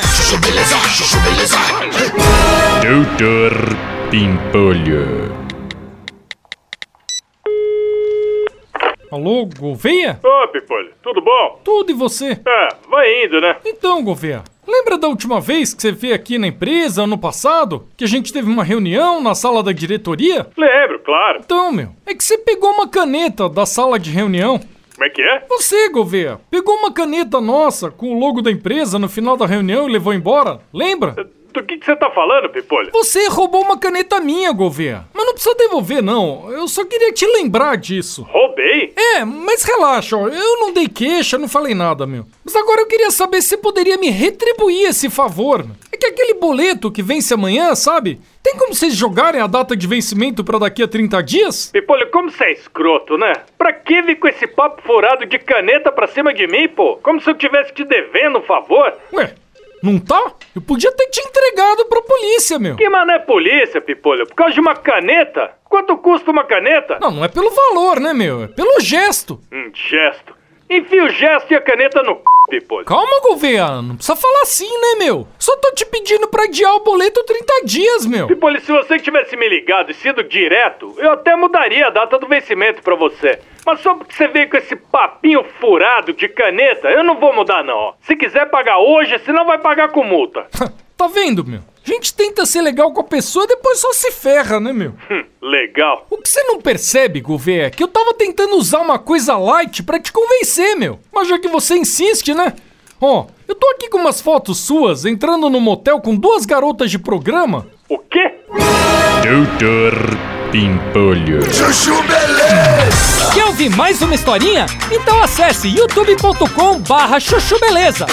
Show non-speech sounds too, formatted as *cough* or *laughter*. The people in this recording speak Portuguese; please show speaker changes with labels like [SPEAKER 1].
[SPEAKER 1] Chuchu-beleza, chuchu-beleza.
[SPEAKER 2] Doutor Pimpolho.
[SPEAKER 3] Alô, Gouveia?
[SPEAKER 4] Ô, Pipolho, tudo bom?
[SPEAKER 3] Tudo e você?
[SPEAKER 4] É, vai indo, né?
[SPEAKER 3] Então, Gouveia, lembra da última vez que você veio aqui na empresa, ano passado? Que a gente teve uma reunião na sala da diretoria?
[SPEAKER 4] Lembro, claro.
[SPEAKER 3] Então, meu, é que você pegou uma caneta da sala de reunião.
[SPEAKER 4] Como é que é?
[SPEAKER 3] Você, Gouveia, pegou uma caneta nossa com o logo da empresa no final da reunião e levou embora? Lembra?
[SPEAKER 4] Do que que você tá falando, Pipolho?
[SPEAKER 3] Você roubou uma caneta minha, Gouveia. Mas não precisa devolver, não. Eu só queria te lembrar disso.
[SPEAKER 4] Roubei?
[SPEAKER 3] É, mas relaxa, ó. eu não dei queixa, não falei nada, meu. Mas agora eu queria saber se poderia me retribuir esse favor. É que aquele boleto que vence amanhã, sabe? Tem como vocês jogarem a data de vencimento pra daqui a 30 dias?
[SPEAKER 4] Pipolho, como você é escroto, né? Pra que vir com esse papo furado de caneta pra cima de mim, pô? Como se eu tivesse te devendo um favor?
[SPEAKER 3] Ué, não tá? Eu podia ter te entregado pra polícia, meu.
[SPEAKER 4] Que mané polícia, Pipolho? Por causa de uma caneta? Quanto custa uma caneta?
[SPEAKER 3] Não, não é pelo valor, né, meu? É pelo gesto.
[SPEAKER 4] Um gesto. Enfia o gesto e a caneta no c, Pipolho.
[SPEAKER 3] Calma, Gouveia, não precisa falar assim, né, meu? Só tô te pedindo pra adiar o boleto 30 dias, meu.
[SPEAKER 4] Pipolho, se você tivesse me ligado e sido direto, eu até mudaria a data do vencimento pra você. Mas só porque você veio com esse papinho furado de caneta, eu não vou mudar não. ó. Se quiser pagar hoje, senão vai pagar com multa.
[SPEAKER 3] *laughs* tá vendo, meu? A gente tenta ser legal com a pessoa, depois só se ferra, né, meu?
[SPEAKER 4] Hum, legal.
[SPEAKER 3] O que você não percebe, Gouveia, é que eu tava tentando usar uma coisa light pra te convencer, meu. Mas já que você insiste, né? Ó, eu tô aqui com umas fotos suas entrando no motel com duas garotas de programa.
[SPEAKER 4] O quê?
[SPEAKER 2] Doutor Pimpolho.
[SPEAKER 1] Chuchu-beleza.
[SPEAKER 3] Quer ouvir mais uma historinha? Então acesse youtube.com barra chuchu beleza.